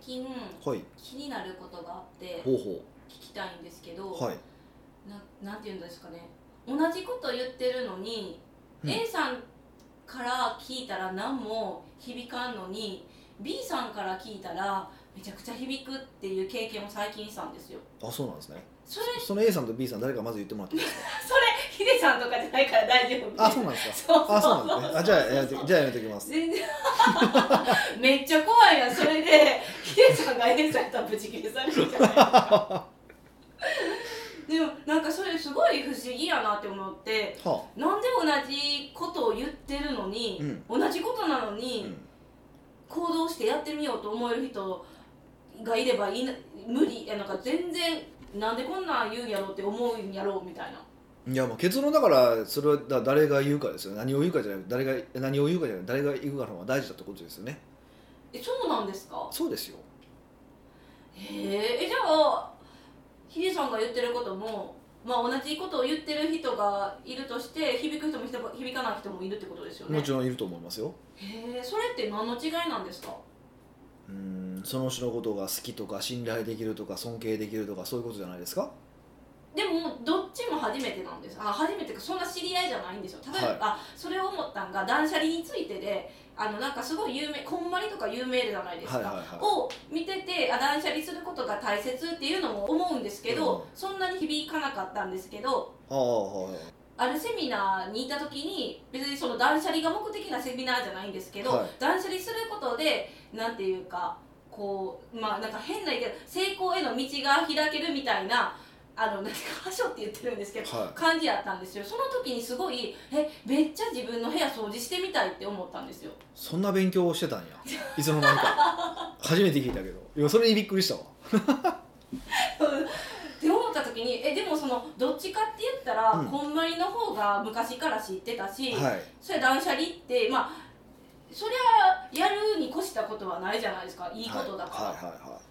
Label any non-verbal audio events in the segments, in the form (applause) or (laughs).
近はい気になることがあってほうほ聞きたいんですけど、うはいななんて言うんですかね同じこと言ってるのに、うん A さんから聞いたら何も響かんのに B さんから聞いたらめちゃくちゃ響くっていう経験を最近したんですよあそうなんですねそれその A さんと B さん誰かまず言ってもらっていいですそれヒデさんとかじゃないから大丈夫かあそうなんですかそうあそうなんですねあじゃあやじゃあやめておきます全然 (laughs) めっちゃ怖いやんそれでヒデさんが A さんやったらブチ切れされるじゃ (laughs) ないですかでもなんかそれすごい不思議やなって思ってはなんで同じことを言ってるのに、同じことなのあ、うに、ん、行動してやってみようと思える人がいればいいな無理やなんか全然なんでこんなん言うんやろうって思うんやろうみたいないやもう結論だからそれはだ誰が言うかですよ何を言うかじゃない誰が何を言うかじゃない誰が言うかの方が大事だってことですよねえそうなんですかそうですよへええじゃあヒデさんが言ってることも、まあ、同じことを言ってる人がいるとして響く人も響響かない人もいるってことですよねもちろんいると思いますよへえそれって何の違いなんですかうんその人のことが好きとか信頼できるとか尊敬できるとかそういうことじゃないですかでもどっちも初めてなんですあ初めてかそんな知り合いじゃないんですよ例えば、はいあそれを思ったんが断捨離についてであのなんかすごい有名こんまりとか有名じゃないですか、はいはいはいを見ててあ断捨離することが大切っていうのも思うんですけど、うんそんなに響かなかったんですけどああはいあるセミナーに行った時に別にその断捨離が目的なセミナーじゃないんですけど、はい断捨離することでなんていうかこうまあなんか変な言い方成功への道が開けるみたいなあのなんか箇所って言ってるんですけど、は感じやったんですよその時にすごいえめっちゃ自分の部屋掃除してみたいって思ったんですよ (laughs) いそんな勉強をしてたんやいつの間にか初めて聞いたけどいやそれにびっくりしたわって思った時にえでもそのどっちかって言ったら、うんこんまりの方が昔から知ってたし、はいそれ断捨離ってまあそりゃやるに越したことはないじゃないですかいいことだから、はいはいは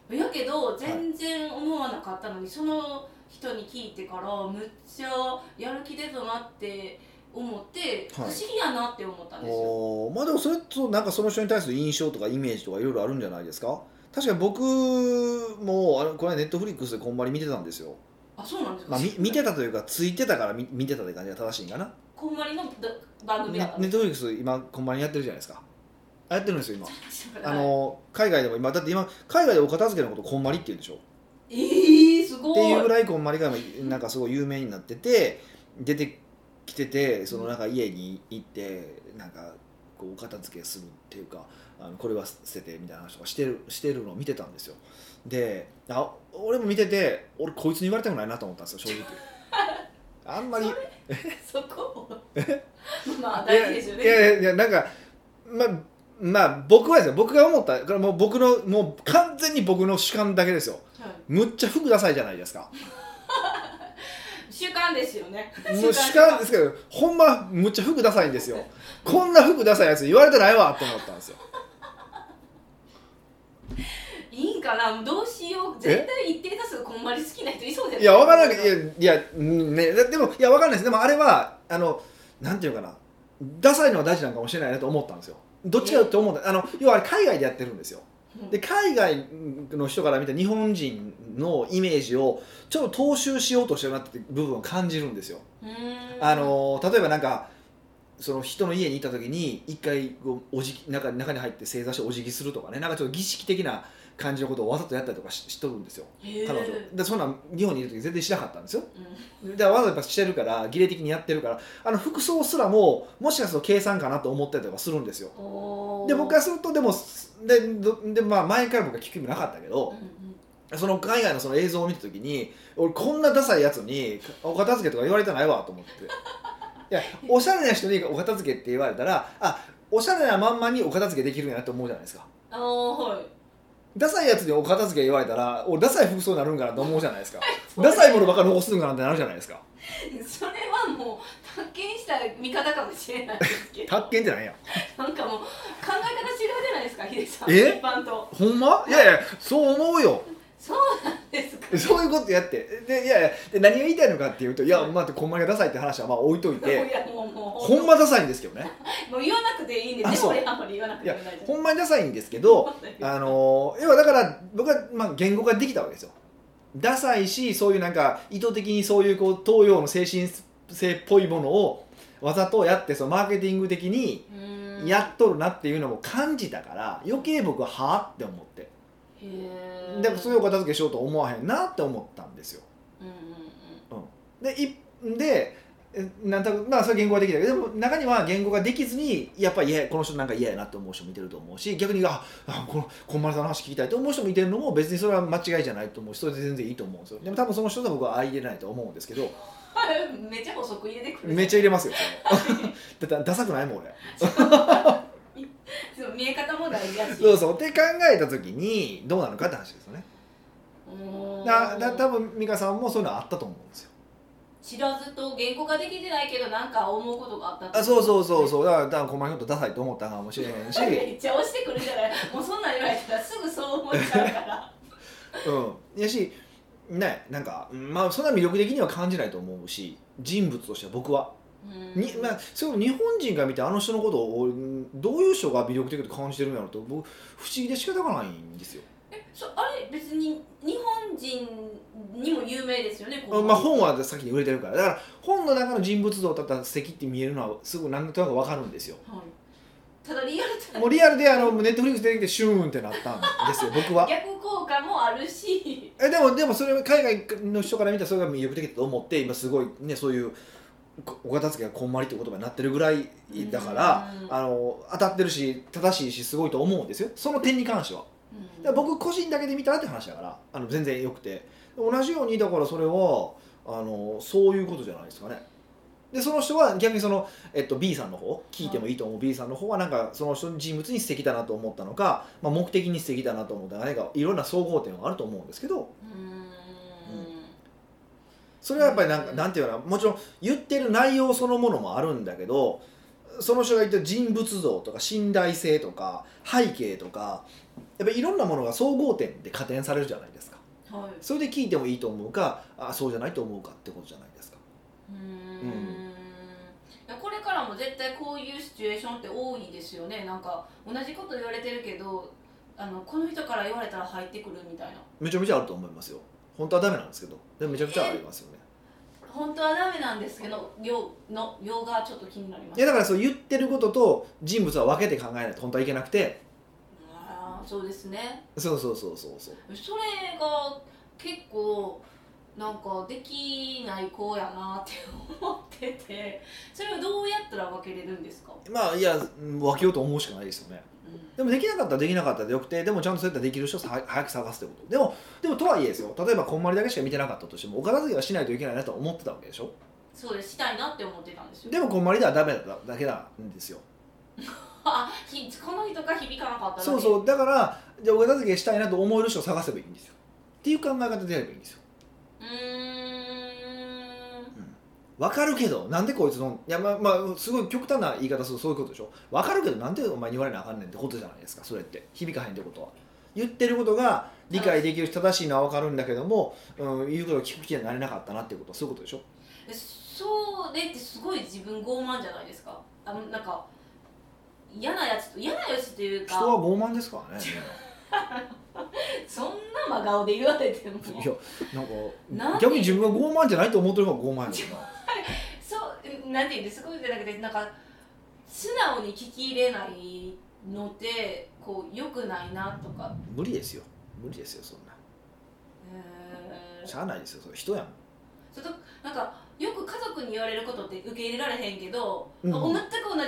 いはいやけど全然思わなかったのに、その人に聞いてからむっちゃやる気出たなって思って、はい不思議やなって思ったんですよ。おーまあでもそれとなんかその人に対する印象とかイメージとかいろいろあるんじゃないですか確かに僕もあのこれはネットフリックスでこんまり見てたんですよ、あそうなんですか、まあ、み見てたというかついてたから見見てたって感じが正しいんかなこんまりのど番組ネやったん (laughs) ットフリックス今こんまりやってるじゃないですかあやってるんですよ今ですよあの海外でも今だって今海外でお片付けのことこんまりって言うんでしょえー、すっごていいうぐらいこんまりがなんかすごい有名になってて出てきててそのなんか家に行ってなんかこうお片付けするっていうかあのこれは捨ててみたいな話とかしてるしてるのを見てたんですよであ俺も見てて俺こいつに言われたくないなと思ったんです (laughs) よ正直あんまりそこ (laughs) まあ大事ですよねいやいやいやいやなんかまあまあ僕はですよ僕が思ったこれもう僕のもう完全に僕の主観だけですよはいむっちゃ服ダサいじゃないですか習慣ですよねもう主観ですけどほんまむっちゃ服ダサいんですよこんな服ダサいやつ言われてないわと思ったんですよいいんかなどうしよう絶対一定多数こんまり好きな人いそうじゃないいやわからんけどいやいや、うんね、ででもいやわかんないですでもあれはあのなんていうかなダサいのは大事なのかもしれないなと思ったんですよどっちかと思ったあの要はあれ海外でやってるんですようんで海外の人から見た日本人のイメージをちょっと踏襲しようとしてるなって部分を感じるんですようーんあの例えばなんかその人の家に行った時に一回こうおじき中中に入って正座してお辞儀するとかねなんかちょっと儀式的な感じのことをわざとやったりとかししとるんですよへー彼女でそんなん日本にいる時全然しなかったんですようだからわざとやっぱしてるから儀礼的にやってるからあの服装すらももしかすると計算かなと思ったりとかするんですよんおーで僕からするとでもすでどで、まあ、前から僕は聞く気もなかったけど、うんうんその海外のその映像を見た時に俺こんなダサいやつにお片付けとか言われたないわと思っていやおしゃれな人にお片付けって言われたらあおしゃれなまんまにお片付けできるんやなと思うじゃないですかあのーはい (laughs) ダサいやつにお片付け言われたら俺ダサい服装になるんかなと思うじゃない (laughs) ですかダサいものばっかり残すんかなってなるじゃないですかそれはもう発見した見方かもしれないですけど発見じゃないやなんかもう考え方違うじゃないですかヒデさんえ一般とほんまいやいやそう思うよそうなんですか (laughs) そういうことやってでいやいやで何が言いたいのかっていうといや待ってこんまりがダサいって話はまあ (laughs) 置いといいてやもうもうほんまダサいんですけどねもう言わなくていいんであねそう俺あんまり言わなくいてやも大丈夫ほんまにダサいんですけどあの要はだかから僕はまあ言語化できたわけですよダサいしそういうなんか意図的にそういうこう東洋の精神性っぽいものをわざとやってそのマーケティング的にうんやっとるなっていうのも感じたから余計僕ははあって思ってへえでそれを片付けしようと思わへんなって思ったんですようんうんでいでえなんとなくまあそれ言語ができたけどでも中には言語ができずにやっぱり嫌やこの人なんか嫌やなって思う人もいてると思うし逆にああこのこんまりさんの話聞きたいと思う人もいてるのも別にそれは間違いじゃないと思うしそれで全然いいと思うんですよでも多分その人とは僕は相入れないと思うんですけどうんめっちゃ補足入れてくるめっちゃ入れますよそれ (laughs) だってダサくないもん俺そう見え方も大事だしそうそうって考えた時にどうなのかって話ですよねうんだだ多分美香さんもそういうのあったと思うんですよ知らずと言語化できてないけどなんか思うことがあったってあそうそうそうそうだから多分こんまりのことダサいと思ったかもしれへん (laughs) しめっちゃ押してくるじゃないもうそんなん言われたらすぐそう思っちゃうからうん、やしねなんかまあそんな魅力的には感じないと思うし人物としては僕は、にまあ、それを日本人が見てあの人のことをうんどういう人が魅力的と感じてるんやろうと僕不思議で仕方がないんですよ、えそあれ別に日本人にも有名ですよねこのまあ、本は先に売れてるからだから本の中の人物像だったら素敵って見えるのはすぐ何となく分かるんですよはいただリアルタイもうリアルであのネットフリックス出てきてシューンってなったんですよ僕はム逆効果もあるしえでもでもそれは海外の人から見たらそれが魅力的だと思って今すごいねそういうこお片付けがこんまりって言葉になってるぐらいだから、うんあの当たってるし正しいしすごいと思うんですよその点に関してはだから僕個人だけで見たらって話だからあの全然よくて同じようにだからそれはあのそういうことじゃないですかねでその人は逆にその、えっと、B さんの方聞いてもいいと思う B さんの方はなんかその人の人物に素敵だなと思ったのか、まあ、目的に素敵だなと思ったのか何かいろんな総合点はあると思うんですけどうーんそれはやっぱりなんか、うんなんていうのかなもちろん言ってる内容そのものもあるんだけどその人が言ってる人物像とか信頼性とか背景とかやっぱりいろんなものが総合点で加点されるじゃないですかはいそれで聞いてもいいと思うかあそうじゃないと思うかってことじゃないですかうーんいやこれからも絶対こういうシチュエーションって多いですよねなんか同じこと言われてるけどあのこの人から言われたら入ってくるみたいなめちゃめちゃあると思いますよ本当はダメなんですけどでもめちゃくちゃありますよね本当はダメなんですけどよの用がちょっと気になりまいすやだからそう言ってることと人物は分けて考えないと本当はいけなくてあーそうですねそうそうそうそうそうそれが結構なんかできない子やなって思っててそれをどうやったら分けれるんですか、まあいやうん分けようと思うしかないですよねうんでもできなかったらできなかったでよくてでもちゃんとそうやったらできる人をさ早く探すってことでもでもとはいえですよ例えばこんまりだけしか見てなかったとしてもお片付けはしないといけないなと思ってたわけでしょそうですしたいなって思ってたんですよでもこんまりではダメだっただけなんですよあひこの人が響かなかっただけそうそうだからじゃあお片付けしたいなと思える人を探せばいいんですよっていう考え方でやればいいんですようーんわかるけどなんでこいつのいやまあまあすごい極端な言い方するとそういうことでしょわかるけどなんでお前に言われなあかんねんってことじゃないですかそれって響かへんってことは言ってることが理解できるし正しいのはわかるんだけども、うん、言うことを聞く気にはなれなかったなっていうことはそういうことでしょえそれってすごい自分傲慢じゃないですかあのなんか嫌なやつと嫌なやつという人かは傲慢ですからねそんな真顔で言われてもいやなんなんでか逆に自分は傲慢じゃないと思ってる方が傲慢やもんなそうなんていうんですかそうじゃなくてなんか素直に聞き入れないのってこう良くないなとか無理ですよ無理ですよそんなうーんしゃあないですよそれ人やもんそれとなんかよく家族に言われることって受け入れられへんけど、うん全く同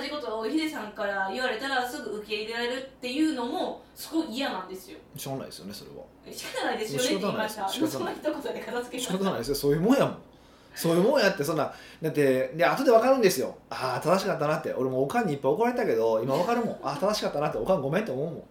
じことをヒデさんから言われたらすぐ受け入れられるっていうのもすごい嫌なんですよしゃあないですよねそれは仕方ないですよねって言いました仕そ方のない一言で片付け仕まし方たないですよそういうもんやもんそういうもんやってそんなだってで後で分かるんですよああ正しかったなって俺もおかんにいっぱい怒られたけど今分かるもんああ正しかったなっておかんごめんって思うもん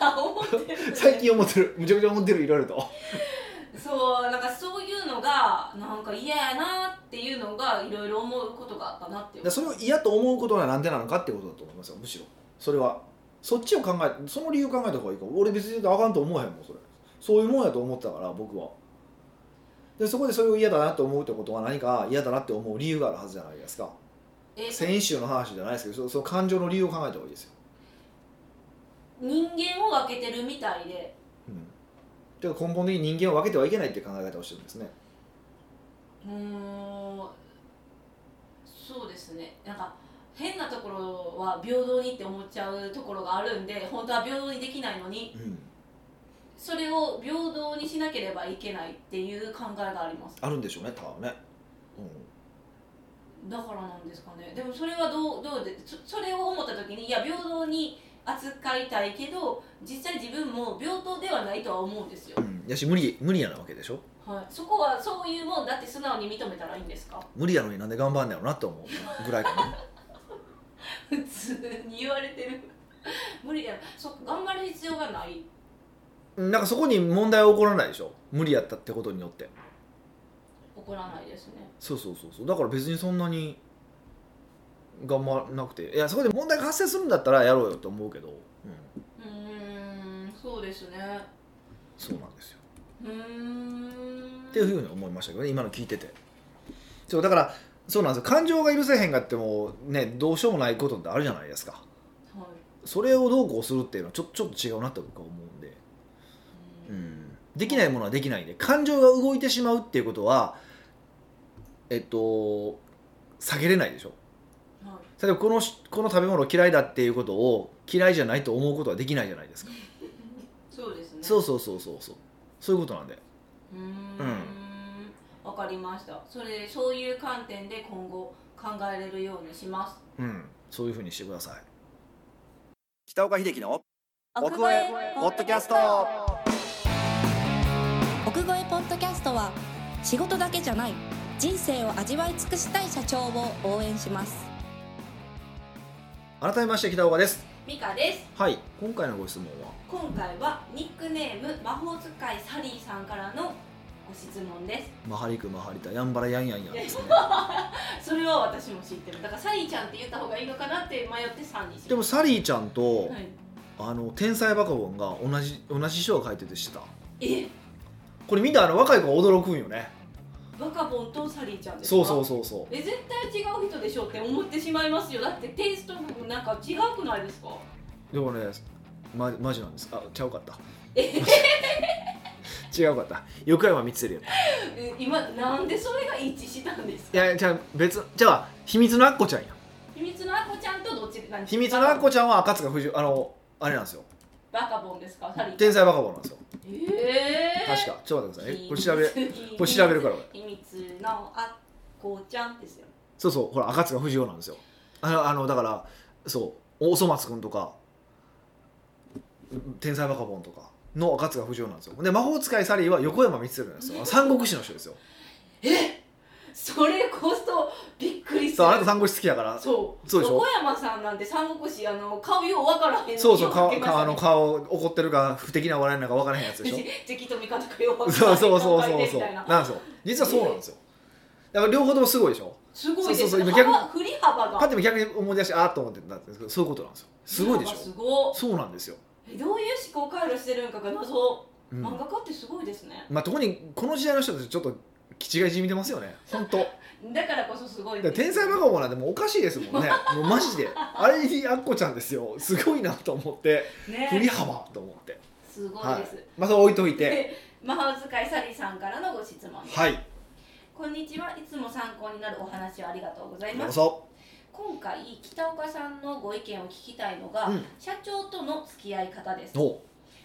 あ思ってる、ね、最近思ってるむちゃくちゃ思ってるいろいろと (laughs) そうなんかそういうのがなんか嫌やなっていうのがいろいろ思うことがあったなっていうでそれを嫌と思うことはなんでなのかってことだと思いますよむしろそれはそっちを考えその理由考えた方がいいか俺別に言うとあかんと思わへんもんそれそういうもんやと思ってたから僕はでそこでそれを嫌だなと思うってことは何か嫌だなって思う理由があるはずじゃないですかえ先週の話じゃないですけどそその感情の理由を考えた方がいいですよ人間を分けてるみたいでうんてか根本的に人間を分けてはいけないっていう考え方をしてるんですねもうそうですねなんか変なところは平等にって思っちゃうところがあるんで本当は平等にできないのにうんそれを平等にしなければいけないっていう考えがありますあるんでしょうね多分ね、うだからなんですかねでもそれはどうどうでそそれを思った時にいや平等に扱いたいけど実際自分も平等ではないとは思うんですよん、うん、やし無理無理やなわけでしょはい、そこはそういうもんだって素直に認めたらいいんですか無理やのになんで頑張んねやろなと思うぐらいかな普通に言われてる (laughs) 無理だよそ頑張る必要がないうんなんかそこに問題は起こらないでしょ無理やったってことによって怒らないですねそうそうそうそうだから別にそんなに頑張らなくていやそこで問題が発生するんだったらやろうよと思うけど、うん、うーんそうですねそうなんですようーんっていうふうに思いましたけどね今の聞いててそうだからそうなんですよ感情が許せへんがってもねどうしようもないことってあるじゃないですかはいそれをどうこうするっていうのはちょちょっと違うなって僕は思うんで、ううんん、できないものはできないで感情が動いてしまうっていうことはえっと下げれないでしょはい例えばこのしこの食べ物嫌いだっていうことを嫌いじゃないと思うことはできないじゃないですかそうですねそうそうそうそうそうそういうことなんでうーんわかりましたそれそういう観点で今後考えれるようにしますうんそういうふうにしてください北岡秀樹の奥越えポッドキャスト奥越えポッドキャストは仕事だけじゃない人生を味わい尽くしたい社長を応援します改めまして北岡ですミカですはい今回のご質問は今回はニックネーム魔法使いサリーさんからのご質問ですマハリクマハリタヤンバラヤンヤンヤンですねそれは私も知ってるだからサリーちゃんって言った方がいいのかなって迷ってさんにしでもサリーちゃんと、はい、あの天才バカボンが同じ同じ人が書いてて知ってたえこれ見たあの若い子が驚くんよねバカボンとサリーちゃんですかそうそうそうそうえ絶対違う人でしょって思ってしまいますよだってテイストなんか違くないですかでもねま、マジなんですあちゃうかったえ (laughs) 違うかった横山光輝やったえ今なんでそれが一致したんですかいやじゃあ別じゃあ秘密のあっこちゃんや秘密のあこちゃんとどっちなんです秘か密のあっこちゃんは赤塚不二夫あのあれなんですよバカボンですかサリーちゃん天才バカボンなんですよえー、確かちょっと待ってくださいね秘これ密調べるこれ調べるから俺秘密のあこちゃんですよそうそうほら赤塚不二夫なんですよあのあのだからそうおそ松くんとか天才バカボンとかの赤塚不二夫なんですよで魔法使いサリーは横山光輝なんですよ三国志の人ですよそれこそびっくりするそうあなた三国志好きだからそうそうでしょ横山さんなんて三国志あの顔ようわからへんそうそう顔顔顔あの顔怒ってるか不敵な笑いなんか分からへんやつで (laughs) (laughs) しょ敵と味方かようわからへそんうそうそう顔そ描ういてそうみたいななんですよ実はそうなんですよだから両方ともすごいでしょすごいですねそうそうそう今逆に幅振り幅がパッて逆に思い出してああと思ってたんですけどそういうことなんですよすごいでし振りょ幅すそうなんですよ、ごいえどういう思考回路してるんかが謎うん、漫画家ってすごいですねまあ特にこの時代の人たちちょっと気違いじみてますよね本当。だからこそすごいだから天才バカボンなんてもうおかしいですも (laughs) んねもうマジであれにあっこちゃんですよすごいなと思って振りね幅と思ってすごいはですいまあそれ置いといてで魔法使いサリーさんからのご質問ですはいこんにちはいつも参考になるお話をありがとうございどまうすぞ今回北岡さんのご意見を聞きたいのが、うん社長との付き合い方ですお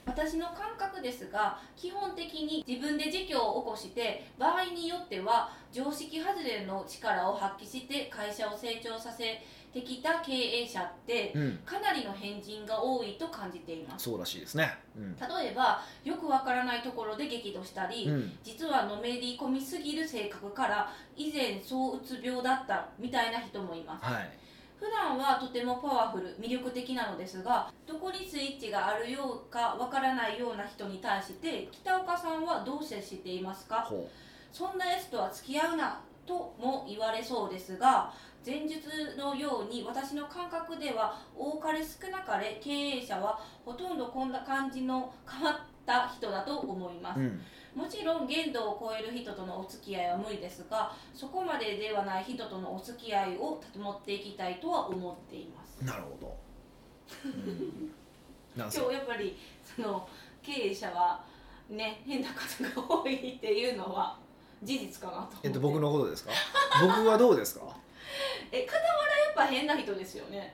私の感覚ですが基本的に自分で事業を起こして場合によっては常識外れの力を発揮して会社を成長させてきた経営者ってうんかなりの変人が多いと感じていますそうらしいですねうん、例えばよくわからないところで激怒したり、うん、実はのめり込みすぎる性格から以前そううつ病だったみたいな人もいますはい普段はとてもパワフル魅力的なのですがどこにスイッチがあるようかわからないような人に対して北岡さんはどう接していますかほそんなやつとは付き合うなとも言われそうですが前述のように私の感覚では多かれ少なかれ経営者はほとんどこんな感じの変わった人だと思いますう、うん、もちろん限度を超える人とのお付き合いは無理ですがそこまでではない人とのお付き合いを保っていきたいとは思っていますなるほど、 (laughs) うん、なんす今日やっぱりその経営者はね変な方が多いっていうのは事実かなと思ってえっと僕のことです (laughs) か僕はどうですかえ傍らやっぱ変な人ですよね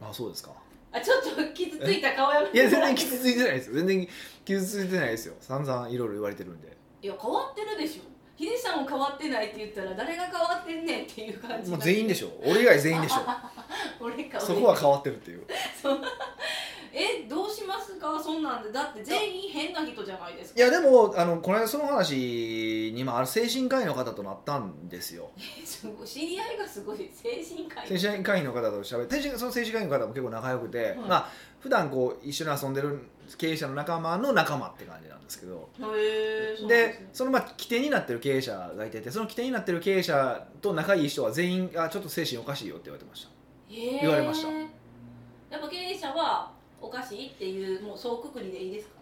あそうですかあちょっと傷ついた顔やめいてやも全ら然て傷ついてないですよ全然傷ついてないですよ散々いろいろ言われてるんでいや変わってるでしょヒデさんも変わってないって言ったら誰が変わってんねんっていう感じもう全員でょしょ俺以外全員でし俺かょ俺そこは変わってるっていうえどうしますかそんなんでだって全員変な人じゃないですいかやでもあのこの間その話に、まあ、ある精神科医の方となったんですよ (laughs) すごい知り合いがすごい精神科医精神科医の方と喋って精神その精神科医の方も結構仲良くて、いまあ普段こう一緒に遊んでる経営者の仲間の仲間って感じなんですけどへえそうなんでねそのまあ起点になってる経営者がいててその起点になってる経営者と仲いい人は全員がちょっと精神おかしいよって言われてましたへえ言われましたやっぱ経営者はおかしいっていうもう総くくりでいいですか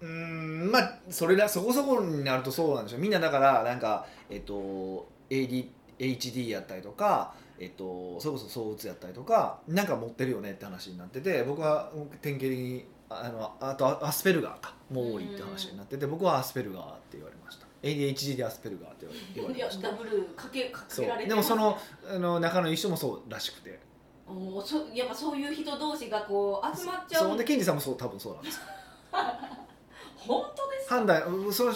うーんまあそれらそこそこになるとそうなんでしょうみんなだからなんかえっと AD HD やったりとか、えっと、それこそ躁うつやったりとかなんか持ってるよねって話になってて僕は典型的にああのあとアアスペルガーかも多いって話になってて僕はアスペルガーって言われました ADHD でアスペルガーって言われい言われやましたダブルかけかそけられうてでもそののあの仲のいい人もそうらしくてもうそやっぱそういう人同士がこう集まっちゃそううでケンジさんもそう多分そうなんです本当ですか判断うんそのあ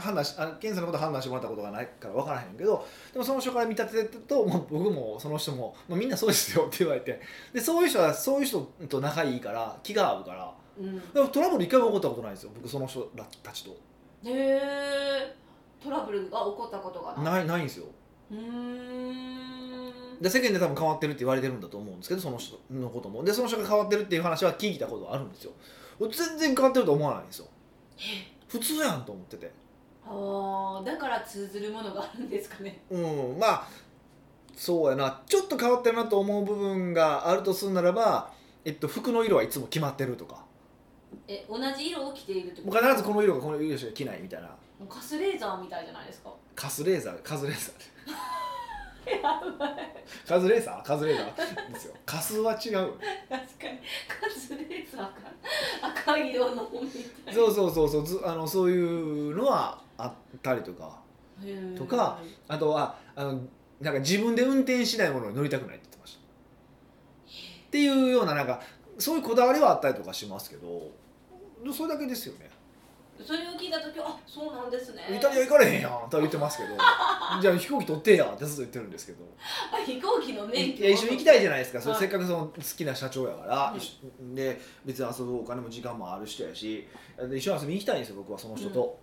判断しあ検査のこと判断してもらったことがないから分からへんけどでもその人から見立ててるともう僕もその人ももうみんなそうですよって言われてでそういう人はそういう人と仲いいから気が合うからうん、へでもトラブル一回も起こったことないんですよ僕その人らたちとえトラブルが起こったことがないないないんですようーんで世間で多分変わってるって言われてるんだと思うんですけどその人のこともでその人が変わってるっていう話は聞いたことあるんですよ俺全然変わってると思わないんですよ普通やんと思っててああだから通ずるものがあるんですかねうんまあそうやなちょっと変わってるなと思う部分があるとするならば、えっと、服の色はいつも決まってるとかえ同じ色を着ているってもこうと必ずこの色がこの色しか着ないみたいなもうカスレーザーみたいじゃないですかカスレーザーカズレーザーカズレーザーカズレーザーですよカスは違う確かにカズレーザーか赤い色のもみたいなそうそうそうそうずあのそういうのはあったりとかへーとかあとはあのなんか自分で運転しないものに乗りたくないって言ってましたっていうようななんかそういうこだわりはあったりとかしますけどそれだけですよねそれを聞いた時あそうなんですねイタリア行かれへんやんとは言ってま (laughs) すけどじゃあ飛行機取ってやってずっと言ってるんですけどあ飛行機の免い許や一緒に行きたいじゃないですか、それはいせっかくその好きな社長やから、うん一緒で別に遊ぶお金も時間もある人やしで一緒に遊びに行きたいんですよ僕はその人と、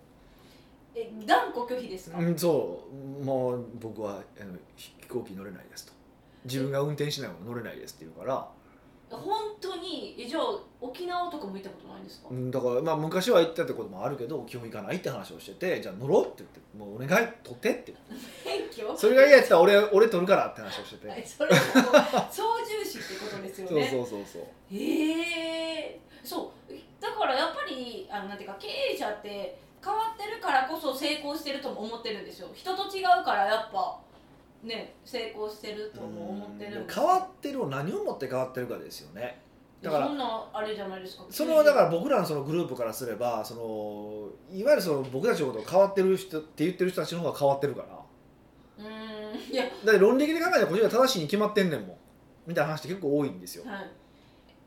え断固拒否ですか、うんそうもう僕はあの飛飛行機乗れないですと自分が運転しないもの乗れないですって言うから、本当にえじゃあ沖縄とかも行ったことないんですか、うんだからまあ昔は行ってたってこともあるけど基本行かないって話をしててじゃあ乗ろうって言って「もうお願い取って」って言って免許それが嫌やったら俺俺取るからって話をしてはいてそれももう操縦士ってことですよそうねそうそうそうへえそうだからやっぱりあのなんていうか経営者って変わってるからこそ成功してるとも思ってるんですよ人と違うからやっぱね成功してるとも思ってるうん変わってるを何をもって変わってるかですよねだからそんなあれじゃないですかそのだから僕らのそのグループからすればそのいわゆるその僕たちのことを変わってる人って言ってる人たちの方が変わってるからうーんいやだって論理的に考えたらこっちが正しいに決まってんねんもんみたいな話って結構多いんですよはい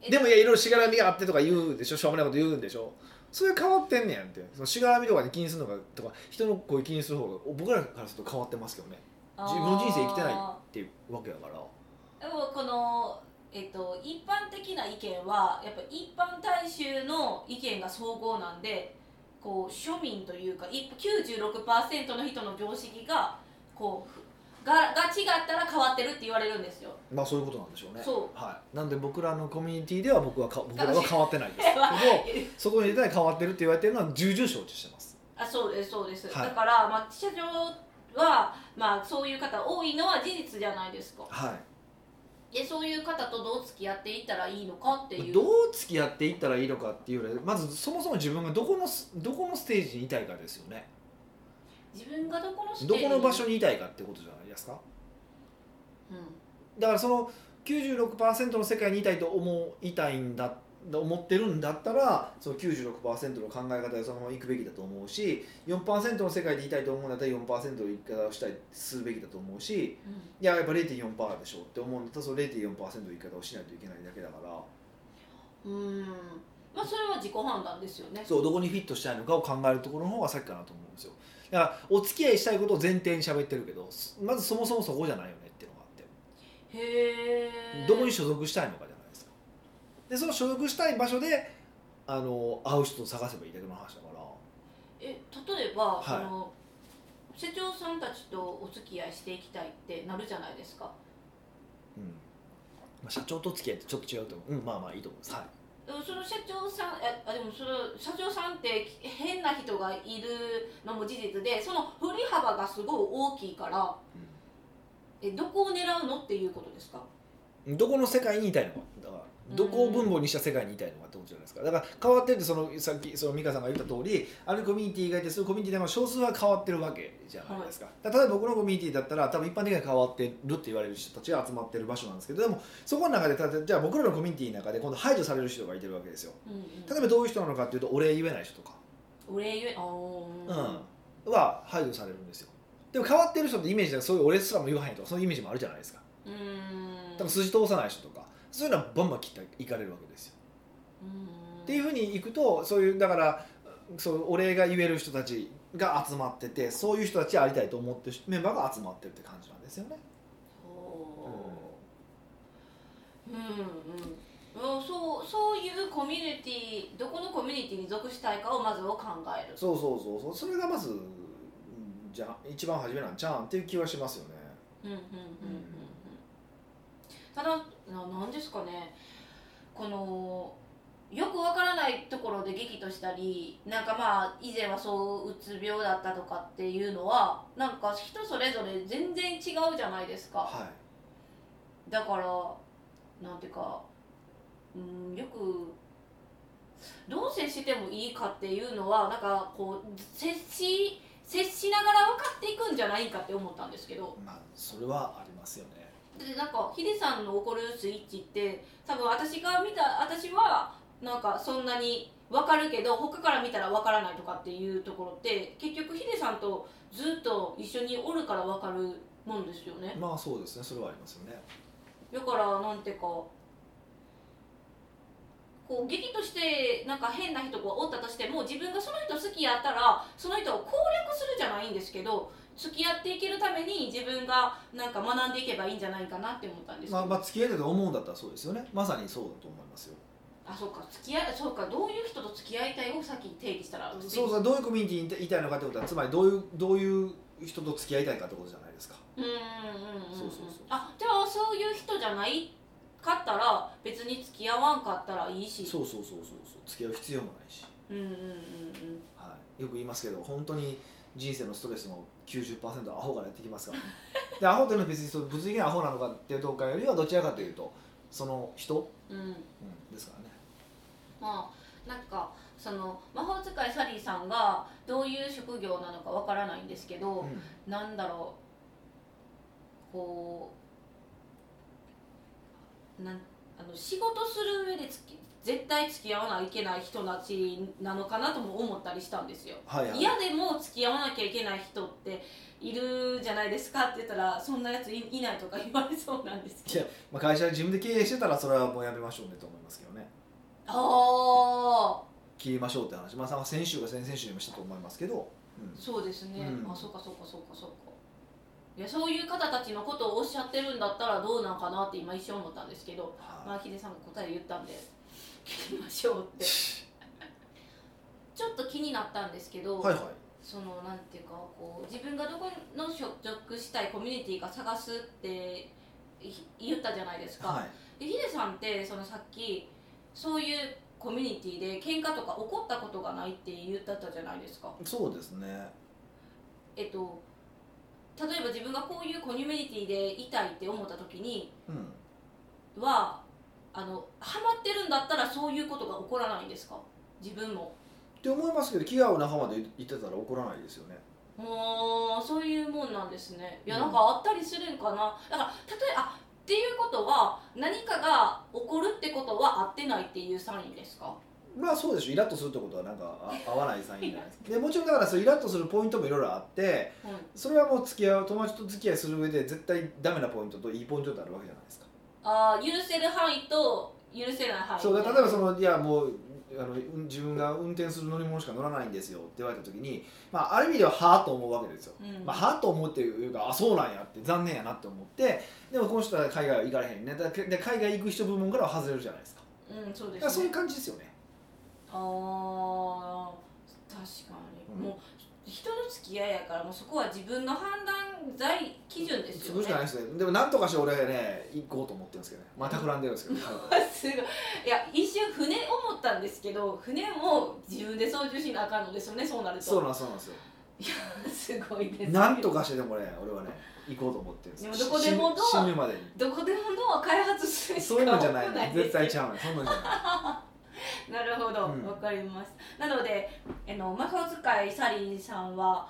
えでもいやいろいろしがらみがあってとか言うでしょしょうもないこと言うんでしょそれ変わってんねやんってそのしがらみとかで気にするのかとか人の声気にする方が僕らからすると変わってますけどね自分の人生生きてないあっていうわけだからーでもこのえっと一般的な意見はやっぱ一般大衆の意見が総合なんでこう庶民というかい96%の人の常識がこうがが違ったら変わってるって言われるんですよまあそういうことなんでしょうねそはい、なんで僕らのコミュニティでは僕はか僕 (laughs) らは変わってないですけどそこに出たら変わってるって言われてるのは重々承知してます (laughs) あそうですそうです、はいだから、まあ、社長は、まあ、そういう方多いのは事実じゃないですかはいでそういう方とどう付き合っていったらいいのかっていうどう付き合っていったらいいのかっていうよりまずそもそも自分がどこのスどこのステージにいたいかですよね自分がどこの視どこ点の場所にいたいかってことじゃないですかうんだからその96%の世界にいたいと思いたいんだ思ってるんだったらその96%の考え方でそのまま行くべきだと思うし4%の世界でいたいと思うんだったら4%の言い方をしたりするべきだと思うしいややっぱ0.4%でしょって思うんだったらその0.4%の言い方をしないといけないだけだからうんまあそれは自己判断ですよねそうどこにフィットしたいのかを考えるところの方が先かなと思うんですよだからお付き合いしたいことを前提に喋ってるけどまずそもそもそこじゃないよねっていうのがあって。へえどこに所属したいのかじゃないですかでその所属したい場所であの会う人を探せばいいだけの話だからえ例えば、はいその社長さんたちとお付き合いしていきたいってなるじゃないですかうん、まあ、社長と付き合いってちょっと違うと思う、うん、まあまあいいと思いますはいでもその社長さんえあでもその社長さんって変な人がいるのも事実でその振り幅がすごい大きいからえどこを狙うのっていうことですかうんどこの世界にいたいのかだからどこを分母にした世界にいたいのかってことじゃないですかだから変わってるってそのさっきその美香さんが言った通りあるコミュニティがいてそのコミュニティの少数は変わってるわけじゃないですか、だから例えば僕のコミュニティだったら多分一般的には変わってるって言われる人たちが集まってる場所なんですけどでもそこの中でたじゃあ僕らのコミュニティの中で今度排除される人がいてるわけですようんうん例えばどういう人なのかっていうとお礼言えない人とか、お礼言えああうん、は排除されるんですよでも変わってる人ってイメージでそういうお礼すらも言わへんとかそういうイメージもあるじゃないですかうーん多分筋通さない人とかそういうのはバンバン切っていかれるわけですようんっていうふうにいくとそういうだからそうお礼が言える人たちが集まっててそういう人たちありたいと思ってるメンバーが集まってるって感じなんですよね、ほううんうんうんそうそういうコミュニティどこのコミュニティに属したいかをまずを考えるそうそうそうそうそれがまずうんじゃ一番初めなんちゃうんっていう気はしますよねうんうんうんうんうんただななんですかねこのよくわからないところで激怒したりなんかまあ以前はそううつ病だったとかっていうのはなんか人それぞれ全然違うじゃないですか、はいだからなんていうか、うん、よくどう接してもいいかっていうのはなんかこう接し接しながら分かっていくんじゃないかって思ったんですけどまあそれはありますよねだってなんかヒデさんの怒るスイッチって多分私が見た私はなんかそんなに分かるけど他から見たら分からないとかっていうところって結局ヒデさんとずっと一緒におるから分かるもんですよね。まあそうですねそれはありますよねだからなんていうかこう劇としてなんか変な人がおったとしても自分がその人好きやったらその人を攻略するじゃないんですけど付き合っていけるために自分がなんか学んでいけばいいんじゃないかなって思ったんですけど、まあ、まあ付き合いたいと思うんだったらそうですよねまさにそうだと思いますよあそうか付き合いそうかどういう人と付き合いたいをさっき定義したらそうそうどういうコミュニティにいたいのかってことはつまりどういうどういう人と付き合いたいかってことじゃないですかうんうんうんうんそうそうそうあじゃあそういう人じゃないかったら別に付き合わんかったらいいしそうそうそうそうそう付き合う必要もないし、うんうんうんうんはい、よく言いますけど本当に人生のストレスの90%はアホからやってきますから、ね、 (laughs) でアホっていうのは別にその物理的なアホなのかっていうところよりはどちらかというとその人、うんうん、ですからねまあなんかその魔法使いサリーさんがどういう職業なのかわからないんですけど、なんだろうこうなんあの仕事する上でつき絶対付き合わないといけない人たちなのかなとも思ったりしたんですよ。はいはい嫌でも付き合わなきゃいけない人っているじゃないですかって言ったらそんなやついいないとか言われそうなんですけどいやまあ、会社で自分で経営してたらそれはもうやめましょうねと思いますけどねああ切りましょうって話、まあ、さ先週か先々週にもしたと思いますけど、うんそうですね、うんあそうかそうかそうかそうかいやそういう方たちのことをおっしゃってるんだったらどうなんかなって今一瞬思ったんですけどまはあヒデさんが答え言ったんで聞きましょうっ (laughs) いてちょっと気になったんですけど、はいはいそのなんていうかこう自分がどこの所属したいコミュニティか探すってひ言ったじゃないですか、はいでヒデさんってそのさっきそういうコミュニティで喧嘩とか起こったことがないって言ったったじゃないですかそうですねえっと、例えば自分がこういうコミュニティでいたいって思った時にうんはあのハマってるんだったらそういうことが起こらないんですか自分もって思いますけど気が合う仲間で言ってたら怒らないですよねもうそういうもんなんですねいやうんなんかあったりするんかなだから例えばあっていうことは何かが起こるってことは合ってないっていうサインですかまあそうでしょイラッとするってことはなんかあ合わないサインじゃないですかでもちろんだからそうイラッとするポイントもいろいろあってうんそれはもう付き合う友達と付き合いする上で絶対ダメなポイントといいポイントってあるわけじゃないですか、あー許せる範囲と許せない範囲そうだから例えばそのいやもうあのうん自分が運転する乗り物しか乗らないんですよって言われた時に、まあ、ある意味でははあと思うわけですようんまあ、はあと思っていうかあそうなんやって残念やなって思ってでもこの人は海外は行かれへんねだで海外行く人部門からは外れるじゃないですかうんそうだでからすそういねう感じですよねあー確かに、うんもう人の付き合いやからもうそこは自分の判断材基準ですよ潰ねしかないですねでもなんとかして俺ね行こうと思ってるんですけどねまた膨らんでるんですけど、 (laughs) すごいいや一瞬船思ったんですけど船も自分で操縦しなあかんのですよねそうなるとそうなんそうなんです (laughs) よすごいですけどなんとかしてでもね俺はね行こうと思ってるんですよでもどこでもド死ぬア死ぬまでにどこでもドア開発するしかそういうのじゃない思わの絶対ですちゃうのそんなんじゃ (laughs) ななるほどわう、んかりますなのであの魔法使いサリーさんは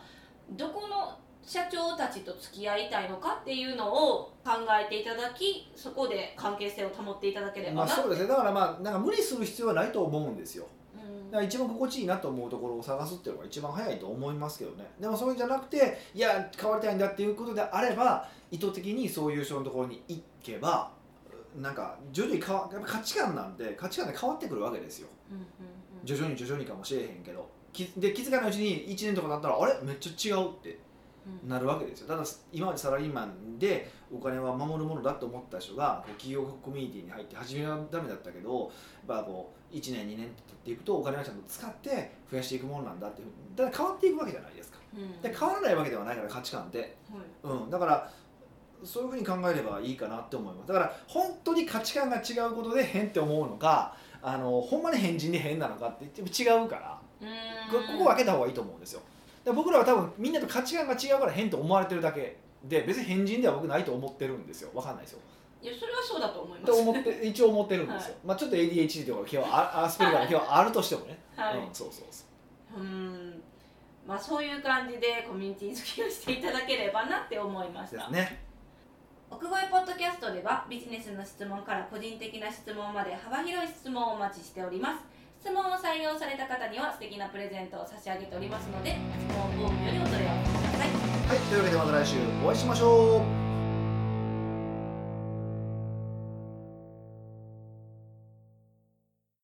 どこの社長たちと付き合いたいのかっていうのを考えていただきそこで関係性を保っていただけれいばな、まあそうですねだからまあなんか無理する必要はないと思うんですようんだから一番心地いいなと思うところを探すっていうのが一番早いと思いますけどねでもそれじゃなくていや変わりたいんだっていうことであれば意図的にそういう人のところに行けばなんか徐々に変わやっぱ価値観なんで価値観で変わってくるわけですようんうんうん徐々に徐々にかもしれへんけどきで気づかないうちに1年とかなったらあれめっちゃ違うってうんなるわけですよただ今までサラリーマンでお金は守るものだと思った人がこう企業コミュニティに入って初めはダメだったけど、まあ、こう1年2年経っていくとお金はちゃんと使って増やしていくものなんだっていうだから変わっていくわけじゃないですかうんで変わらないわけではないから価値観って、はいうん、だからそういうふうに考えればいいかなって思いますだから本当に価値観が違うことで変って思うのかあのほんまに変人で変なのかって言っても違うから。うこーんここ分けた方がいいと思うんですよで僕らは多分みんなと価値観が違うから変と思われてるだけで別に変人では僕ないと思ってるんですよ分かんないですよいやそれはそうだと思いますと (laughs) 思って一応思ってるんですよ、はまあちょっと ADHD とか今日はアスペルガーの今日はあるとしてもね、はい、うん、そうそうそううーんまあそういう感じでコミュニティ付き合いをしていただければなって思いましでたすね奥越ポッドキャストではビジネスの質問から個人的な質問まで幅広い質問をお待ちしております質問を採用された方には素敵なプレゼントを差し上げておりますので質問フォームよりお問い合わせくださいはいというわけでまた来週お会いしましょう